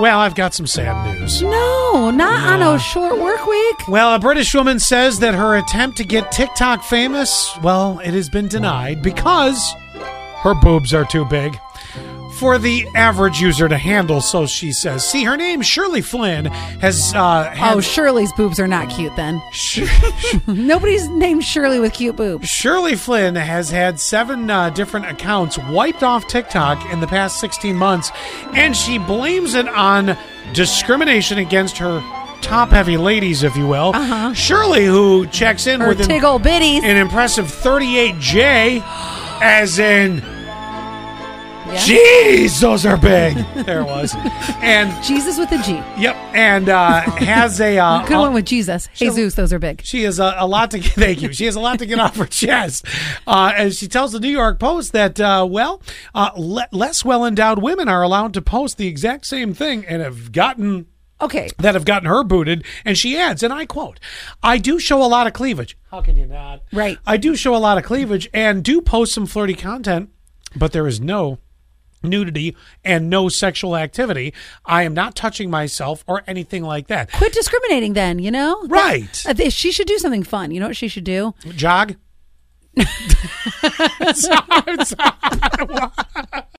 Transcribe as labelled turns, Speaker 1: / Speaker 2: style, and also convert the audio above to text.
Speaker 1: Well, I've got some sad news.
Speaker 2: No, not on a short work week.
Speaker 1: Well, a British woman says that her attempt to get TikTok famous, well, it has been denied because her boobs are too big for the average user to handle, so she says. See, her name, Shirley Flynn, has. Uh, had-
Speaker 2: Oh, Shirley's boobs are not cute then.
Speaker 1: Sh-
Speaker 2: Nobody's named Shirley with cute boobs.
Speaker 1: Shirley Flynn has had seven uh, different accounts wiped off TikTok in the past 16 months, and she blames it on discrimination against her top heavy ladies, if you will.
Speaker 2: Uh-huh.
Speaker 1: Shirley, who checks in
Speaker 2: Or
Speaker 1: with an,
Speaker 2: tiggle bitties.
Speaker 1: an impressive 38J, as in,
Speaker 2: Yeah.
Speaker 1: jeez, those are big. there it was. And,
Speaker 2: Jesus with a G.
Speaker 1: yep, and uh, has a. Uh,
Speaker 2: Could have went with Jesus.
Speaker 1: Shirley-
Speaker 2: Jesus, those are big.
Speaker 1: She has a, a lot to thank you. She has a lot to get off her chest, uh, and she tells the New York Post that uh, well, uh, le- less well endowed women are allowed to post the exact same thing and have gotten
Speaker 2: Okay.
Speaker 1: that have gotten her booted. And she adds, and I quote, "I do show a lot of cleavage. How can you not?
Speaker 2: Right.
Speaker 1: I do show a lot of cleavage and do post some flirty content, but there is no." Nudity and no sexual activity. I am not touching myself or anything like that.
Speaker 2: Quit discriminating then, you know? That-
Speaker 1: Right.
Speaker 2: uh, th- she should do something fun. You know what she should do?
Speaker 1: Jog. Sorry, I'm sorry.